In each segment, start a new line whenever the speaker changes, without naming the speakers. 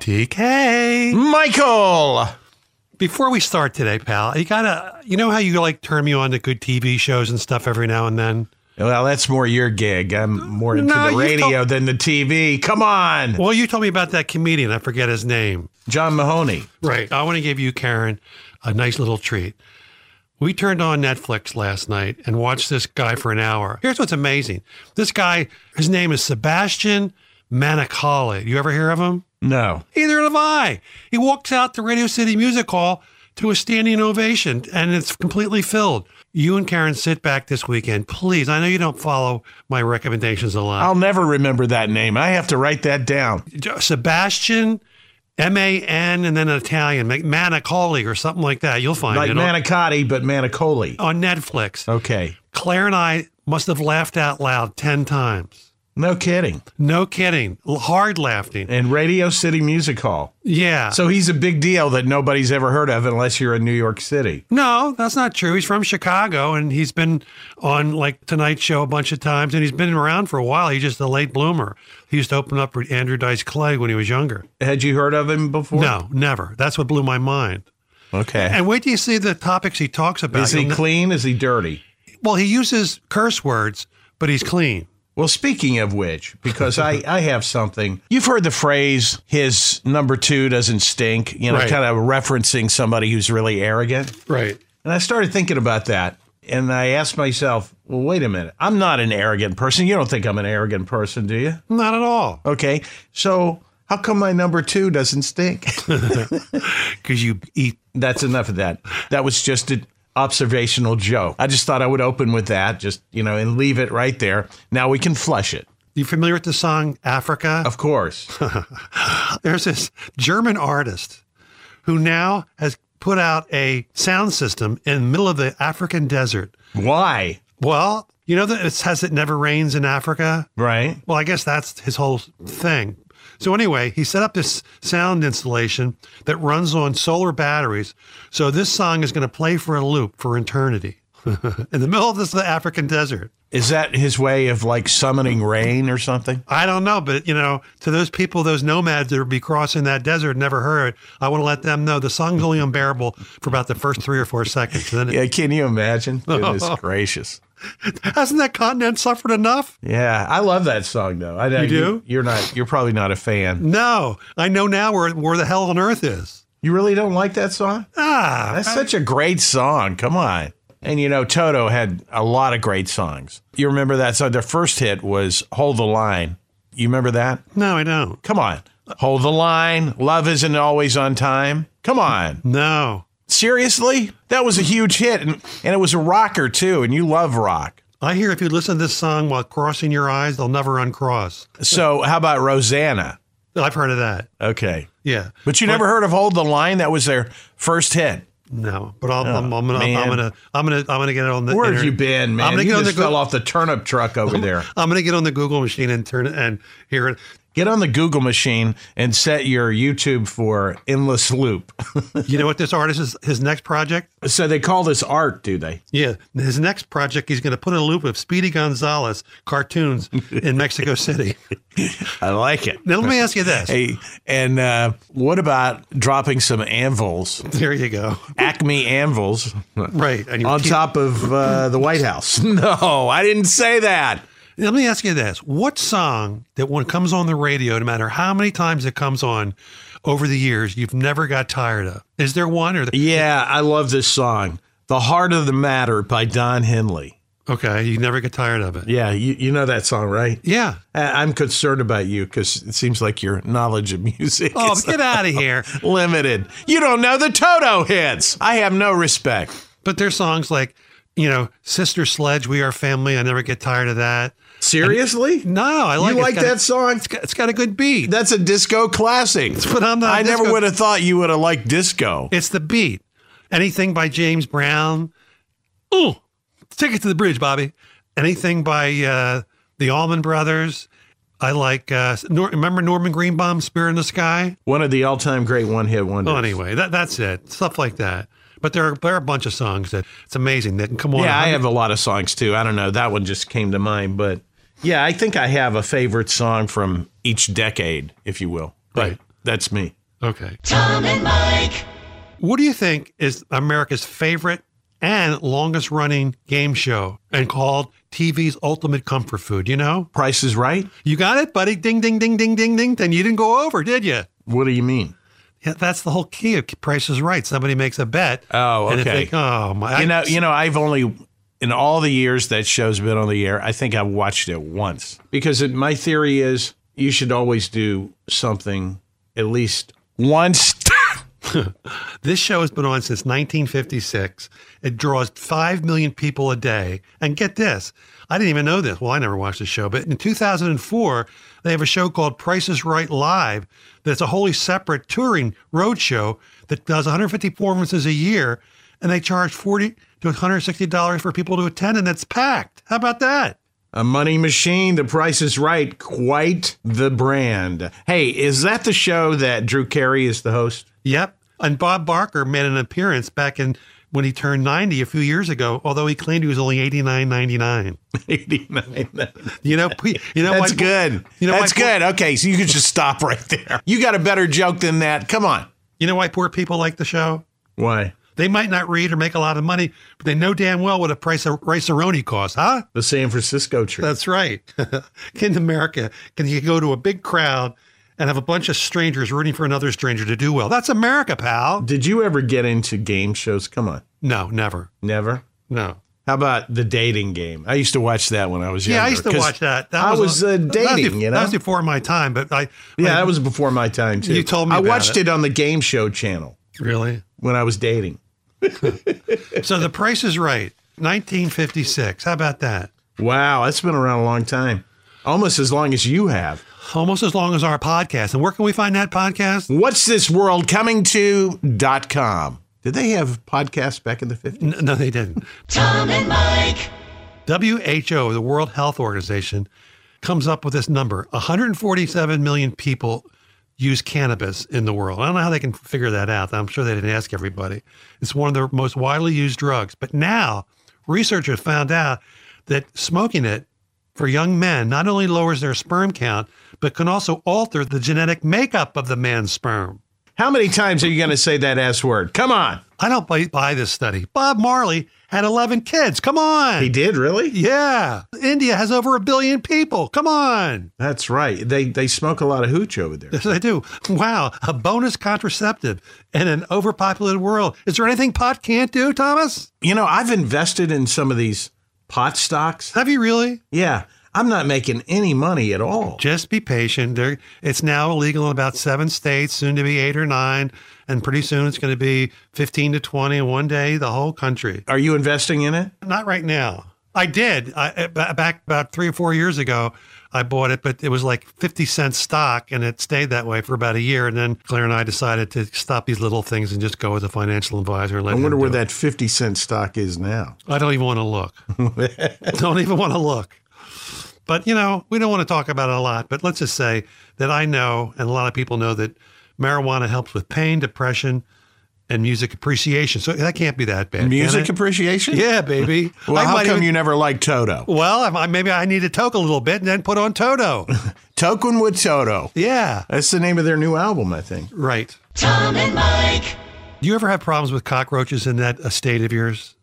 TK.
Michael.
Before we start today, pal, you gotta, you know how you like turn me on to good TV shows and stuff every now and then?
Well, that's more your gig. I'm more into
No,
the
you
radio
don't-
than the TV. Come on,
Well, you told me about that comedian. I forget his name.
John Mahoney.
Right. I want to give you, Karen, a nice little treat. We turned on Netflix last night and watched this guy for an hour. Here's what's amazing this guy, his name is Sebastian Manicali. You ever hear of him?
No,
Either have I. He walks out the Radio City Music Hall to a standing ovation, and it's completely filled. You and Karen sit back this weekend, please. I know you don't follow my recommendations a lot.
I'll never remember that name. I have to write that down.
Sebastian, M A N, and then an Italian, Mac- Manicoli or something like that. You'll find
Like
it on,
Manicotti, but Manicoli.
on Netflix.
Okay,
Claire and I must have laughed out loud 10 times.
no kidding.
No kidding. L- Hard laughing.
And Radio City Music Hall.
Yeah.
So he's a big deal that nobody's ever heard of unless you're in New York City.
No, that's not true. He's from Chicago and he's been on like Tonight Show a bunch of times and he's been around for a while. He's just a late bloomer. He used to open up for Andrew Dice Clay when he was younger.
Had you heard of him before?
No, never. That's what blew my mind.
Okay.
And wait till you see the topics he talks about.
Is he
You'll-
clean? Is he dirty?
well, he uses curse words, but he's clean.
Well, speaking of which, because I, I have something. You've heard the phrase, his number two doesn't stink, you know,
Right.
kind of referencing somebody who's really arrogant.
Right.
And I started thinking about that. And I asked myself, well, wait a minute. I'm not an arrogant person. You don't think I'm an arrogant person, do you?
Not at all.
Okay. So how come my number two doesn't stink?
Because you eat.
That's enough of that. That was just an observational joke. I just thought I would open with that, just, you know, and leave it right there. Now we can flush it.
You familiar with the song Africa?
Of course.
there's this German artist who now has put out a sound system in the middle of the African desert.
Why?
Well, you know that it says it never rains in Africa?
Right?
Well, I guess that's his whole thing. So anyway, he set up this sound installation that runs on solar batteries. So this song is going to play for a loop for eternity in the middle of this African desert.
Is that his way of like summoning rain or something?
I don't know, but you know, to those people, those nomads that would be crossing that desert, never heard. I want to let them know the song's only unbearable for about the first three or four seconds. And then,
Yeah, can you imagine? Goodness gracious.
hasn't that continent suffered enough?
Yeah, I love that song though. I know
You do?
You're not. You're probably not a fan.
No, I know now where where the hell on earth is.
You really don't like that song?
Ah,
That's such a great song. Come on. And you know, Toto had a lot of great songs. You remember that song? Their first hit was "Hold the Line." You remember that?
no, I don't.
Come on, "Hold the Line." Love isn't always on time. Come on.
No,
Seriously, that was a huge hit, and, and it was a rocker too. And you love rock.
I hear if you listen to this song while crossing your eyes, they'll never uncross.
So, how about Rosanna?
I've heard of that.
Okay.
Yeah,
But you never heard of Hold the Line? That was their first hit.
no, but I'll, I'm, I'm, gonna,
Oh, man.
I'm gonna, I'm gonna, I'm gonna get it on the.
Where have
internet.
you been, man?
I'm gonna
you
get on
just
the
fell
Google.
off the turnip truck over there.
I'm gonna get on the Google machine and turn it and hear it.
Get on the Google machine and set your YouTube for Endless Loop.
You know what this artist is his next project?
so they call this art, do they?
Yeah, his next project he's going to put in a loop of Speedy Gonzales cartoons in Mexico City.
I like it.
Now let me ask you this.
Hey, and uh, what about dropping some anvils,
There you go.
Acme anvils,
Right. And you
on
keep-
top of uh, the White House? No, I didn't say that.
Let me ask you this. What song that when it comes on the radio, no matter how many times it comes on over the years, you've never got tired of? Is there one or the,
Yeah, I love this song, "The Heart of the Matter" by Don Henley.
Okay, you never get tired of it.
Yeah, you, you know that song, right?
Yeah.
I- I'm concerned about you because it seems like your knowledge of music
Oh,
is
get out of here.
limited. You don't know the Toto hits. I have no respect.
But there's songs like, you know, Sister Sledge, We Are Family, I never get tired of that.
Seriously?
No, I like it.
you
It's
like
got a-
that song?
it's got- it's got a good beat.
That's a disco classic.
But I'm not
I never
disco-
would have thought you would have liked disco.
It's the beat. Anything by James Brown. Ooh, take it to the bridge, Bobby. Anything by uh, the Allman Brothers. I like, uh, Nor- remember Norman Greenbaum, Spear in the Sky?
One of the all-time great one-hit wonders.
Well, anyway, that, that's it. Stuff like that. But there are, there are a bunch of songs that it's amazing that can come on.
Yeah, I have a lot of songs too. I don't know. That one just came to mind, but yeah, I think I have a favorite song from each decade, if you will. But
Right.
That's me.
Okay.
Tom and Mike.
What do you think is America's favorite and longest running game show and called TV's Ultimate Comfort Food? You know?
Price is right?
You got it, buddy. Ding, ding, ding, ding, ding, ding. Then you didn't go over, did you?
What do you mean?
Yeah, that's the whole key of Price is Right. Somebody makes a bet.
Oh,
And if
okay.
they, oh, my.
You know, you know, I've only in all the years that show's been on the air, I think I've watched it once because it, my theory is you should always do something at least once.
This show has been on since 1956. It draws 5 million people a day. And get this, I didn't even know this. Well, I never watched the show, but in 2004, they have a show called Price is Right Live that's a wholly separate touring road show that does 150 performances a year. And they charge 40 to $160 for people to attend, and it's packed. How about that?
A money machine, the price is right, quite the brand. Hey, is that the show that Drew Carey is the host?
Yep. And Bob Barker made an appearance back in when he turned 90 a few years ago, although he claimed he was only 89.99.
89.
You know, pe- you know
That's
my-
good.
You know
That's
why-
good. Okay, so you could just stop right there. You got a better joke than that. Come on.
You know why poor people like the show?
Why?
They might not read or make a lot of money, but they know damn well what a price of rice-a-roni costs, huh?
The San Francisco trip.
That's right. In America, can you go to a big crowd and have a bunch of strangers rooting for another stranger to do well? That's America, pal.
Did you ever get into game shows? Come on.
No, never.
Never.
No.
How about the dating game? I used to watch that when I was younger.
Yeah, I used to
'cause
watch that. that
I was uh,
that was
dating,
bef-
you know.
That was before my time, but I I-
yeah, that was before my time too.
You told me
I
about
watched
it.
it. on the game show channel
really.
when I was dating.
So the price is right. 1956. How about that?
Wow, that's been around a long time, almost as long as you have.
Almost as long as our podcast. And where can we find that podcast?
What's this world coming to dot com? Did they have podcasts back in the fifties?
N- no they didn't.
Tom and Mike.
WHO, the World Health Organization, comes up with this number 147 million people use cannabis in the world. I don't know how they can figure that out. I'm sure they didn't ask everybody. It's one of the most widely used drugs. But now, researchers found out that smoking it for young men not only lowers their sperm count, but can also alter the genetic makeup of the man's sperm.
How many times are you going to say that S word? Come on.
I don't buy, buy this study. Bob Marley had 11 kids. Come on.
He did really.
Yeah. India has over a billion people. Come on.
That's right. They they smoke a lot of hooch over there.
Yes, I do. Wow. A bonus contraceptive in an overpopulated world. Is there anything pot can't do, Thomas?
You know, I've invested in some of these pot stocks.
Have you really?
Yeah, I'm not making any money at all.
Just be patient. There, it's now illegal in about seven states, soon to be eight or nine. And pretty soon it's going to be 15 to 20. and One day, the whole country.
Are you investing in it?
Not right now. I did. I, uh, ba- back about three or four years ago, I bought it, but it was like 50 cent stock and it stayed that way for about a year. And then Claire and I decided to stop these little things and just go with a financial advisor. And let
I wonder
him
where
do it.
that 50 cent stock is now.
I don't even want to look. don't even want to look. But, you know, we don't want to talk about it a lot. But let's just say that I know, and a lot of people know, that marijuana helps with pain, depression, and music appreciation. So that can't be that bad. can
Music
it?
appreciation?
Yeah, baby.
Well,
I
how
might
come
even-
you never liked Toto?
Well, I, I- maybe I need to toke a little bit and then put on Toto.
Token with Toto.
yeah.
That's the name of their new album, I think.
Right.
Tom and Mike.
Do you ever have problems with cockroaches in that estate of yours?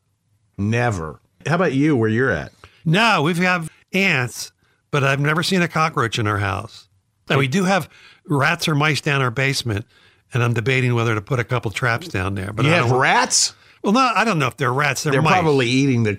Never. How about you, where you're at?
No, we've have ants, but I've never seen a cockroach in our house. And we do have rats or mice down our basement, and I'm debating whether to put a couple traps down there. But
You
I
have
don't,
rats?
well, no, I don't know if they're rats. They're,
They're
mice.
probably eating the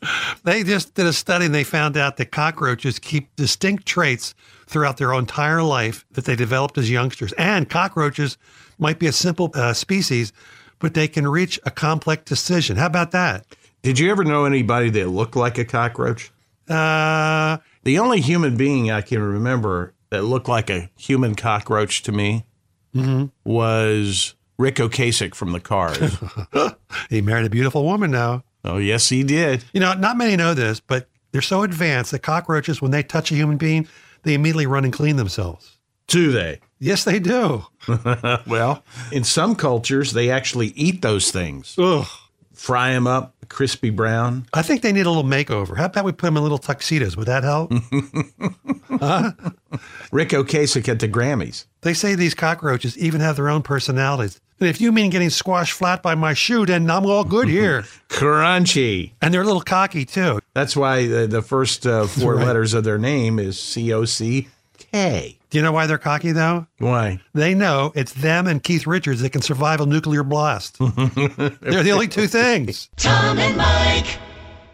cockroaches.
They just did a study and they found out that cockroaches keep distinct traits throughout their entire life that they developed as youngsters. And cockroaches might be a simple uh, species, but they can reach a complex decision. How about that?
Did you ever know anybody that looked like a cockroach?
Uh,
The only human being I can remember that looked like a human cockroach to me was Rick Ocasek from the Cars.
he married a beautiful woman now.
oh, yes, he did.
You know, not many know this, but they're so advanced that cockroaches, when they touch a human being, they immediately run and clean themselves.
Do they?
Yes, they do.
Well, in some cultures, they actually eat those things,
Ugh.
fry them up, crispy brown.
I think they need a little makeover. How about we put them in little tuxedos? Would that help? Huh?
Rick Ocasek at the Grammys.
They say these cockroaches even have their own personalities. And if you mean getting squashed flat by my shoe, then I'm all good here.
Crunchy.
and they're a little cocky too.
That's why the, the first uh, four
Right.
letters of their name is C O C K.
Do you know why they're cocky though?
Why?
They know it's them and Keith Richards that can survive a nuclear blast. they're the only two things.
Tom and Mike.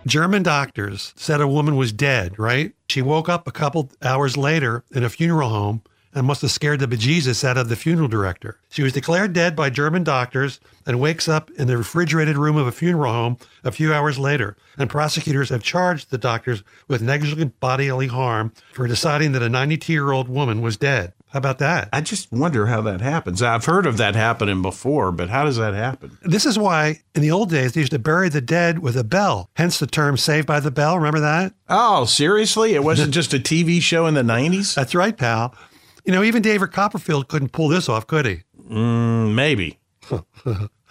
German doctors said a woman was dead, right? She woke up a couple hours later in a funeral home and must have scared the bejesus out of the funeral director. She was declared dead by German doctors and wakes up in the refrigerated room of a funeral home a few hours later. And prosecutors have charged the doctors with negligent bodily harm for deciding that a 92 year old woman was dead. How about that?
I just wonder how that happens. I've heard of that happening before, but how does that happen?
This is why in the old days they used to bury the dead with a bell, hence the term saved by the bell. Remember that?
Oh, seriously? It wasn't just a TV show in the 90s?
That's right, pal. You know, even David Copperfield couldn't pull this off, could he?
Mm, Maybe.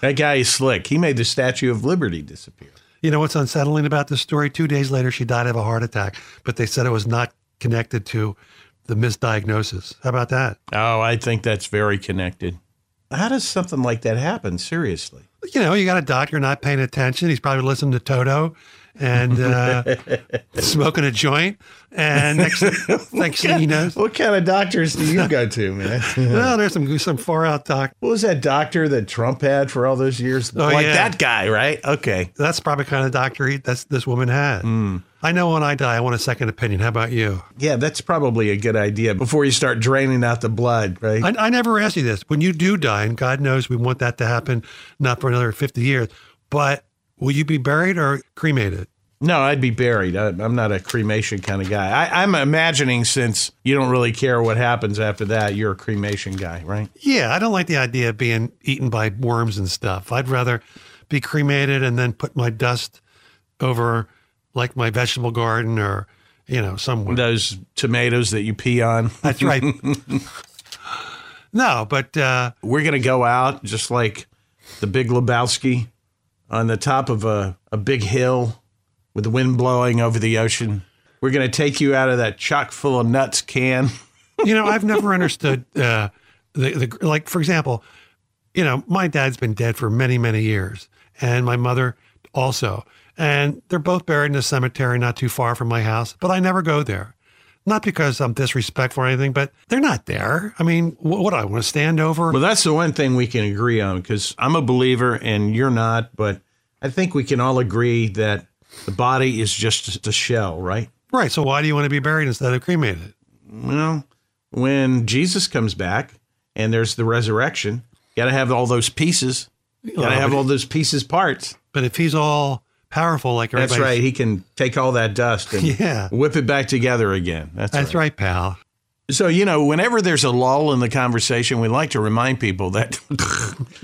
that guy is slick. He made the Statue of Liberty disappear.
You know what's unsettling about this story? Two days later, she died of a heart attack, but they said it was not connected to the misdiagnosis. How about that?
Oh, I think that's very connected. How does something like that happen? Seriously.
You know, you got a doctor not paying attention. He's probably listening to Toto and uh, smoking a joint. And next, next thing he knows,
What kind of doctors do you go to, man?
well, there's some some far out doc.
what was that doctor that Trump had for all those years?
Oh,
like
yeah.
that guy, right? Okay.
That's probably the kind of doctor he, that's this woman had. I know when I die, I want a second opinion. How about you?
Yeah, that's probably a good idea before you start draining out the blood, right?
I, I never asked you this. When you do die, and God knows we want that to happen, not for another 50 years, but will you be buried or cremated?
No, I'd be buried. I, I'm not a cremation kind of guy. I, I'm imagining since you don't really care what happens after that, you're a cremation guy, right?
Yeah, I don't like the idea of being eaten by worms and stuff. I'd rather be cremated and then put my dust over like my vegetable garden or, you know, somewhere.
Those tomatoes that you pee on.
That's right. no, but uh,
We're going to go out just like the big Lebowski on the top of a, a big hill with the wind blowing over the ocean. We're going to take you out of that chock full of nuts can.
you know, I've never understood uh, the the like. For example, you know, my dad's been dead for many many years, and my mother also, and they're both buried in a cemetery not too far from my house. But I never go there, not because I'm disrespectful or anything, but they're not there. I mean, wh- what do I want to stand over?
Well, that's the one thing we can agree on because I'm a believer and you're not, but I think we can all agree that the body is just a shell, right?
right. So why do you want to be buried instead of cremated?
Well, when Jesus comes back and there's the resurrection, got to have all those pieces. Got to have all those pieces parts.
But if he's all powerful, like
That's
everybody,
right. He can take all that dust and
Yeah.
whip it back together again. That's,
That's
right.
right, pal.
So, you know, whenever there's a lull in the conversation, we like to remind people that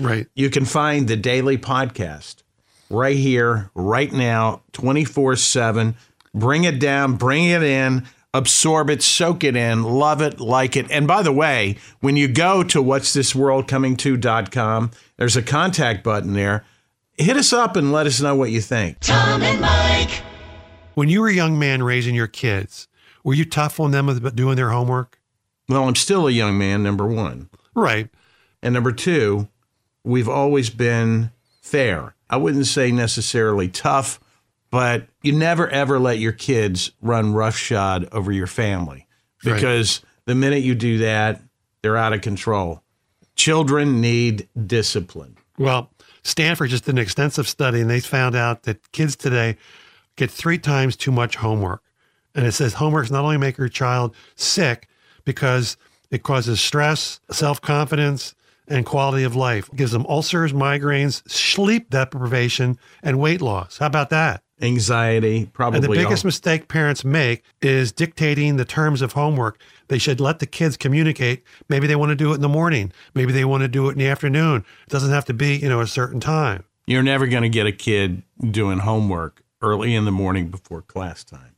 Right.
You can find the daily podcast right here, right now, 24 7. Bring it down, bring it in, absorb it, soak it in, love it, like it. And by the way, when you go to what's this world coming to.com, there's a contact button there. Hit us up and let us know what you think.
Tom and Mike.
When you were a young man raising your kids, were you tough on them about doing their homework?
Well, I'm still a young man, number one.
Right.
And number two, we've always been fair. I wouldn't say necessarily tough, but you never ever let your kids run roughshod over your family
Right.
because the minute you do that, they're out of control. Children need discipline.
Well, Stanford just did an extensive study and they found out that kids today get three times too much homework. And it says homeworks not only make your child sick because it causes stress, self confidence, and quality of life. It gives them ulcers, migraines, sleep deprivation, and weight loss. How about that?
Anxiety, probably.
And the biggest
all-
mistake parents make is dictating the terms of homework. They should let the kids communicate. Maybe they want to do it in the morning. Maybe they want to do it in the afternoon. It doesn't have to be, you know, a certain time.
You're never going to get a kid doing homework early in the morning before class time.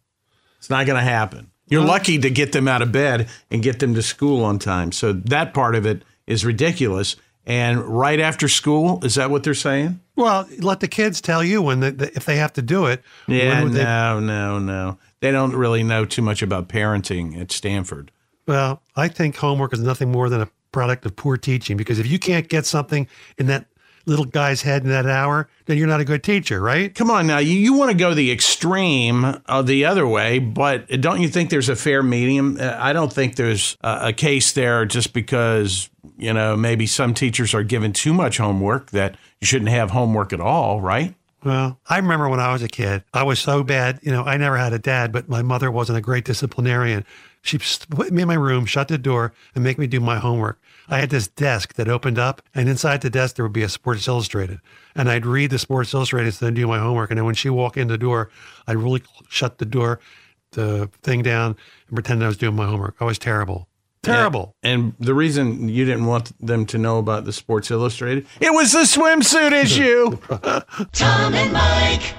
It's not going to happen. You're lucky to get them out of bed and get them to school on time. So that part of it is ridiculous. And right after school, is that what they're saying?
Well, let the kids tell you when the, the, if they have to do it. when
Yeah,
would they-
no, no, no. They don't really know too much about parenting at Stanford.
Well, I think homework is nothing more than a product of poor teaching because if you can't get something in that little guy's head in that hour, then you're not a good teacher, right?
Come on now, you, you want to go the extreme of the other way, but don't you think there's a fair medium? Uh, I don't think there's a, a case there just because, you know, maybe some teachers are given too much homework that you shouldn't have homework at all, right?
Well, I remember when I was a kid, I was so bad. You know, I never had a dad, but my mother wasn't a great disciplinarian. She st- put me in my room, shut the door, and make me do my homework. I had this desk that opened up, and inside the desk there would be a Sports Illustrated, and I'd read the Sports Illustrated and then do my homework. And then when she walked in the door, I really cl- shut the door, the thing down, and pretended I was doing my homework. I was terrible, terrible.
And the reason you didn't want them to know about the Sports Illustrated, it was the swimsuit issue.
Tom and Mike.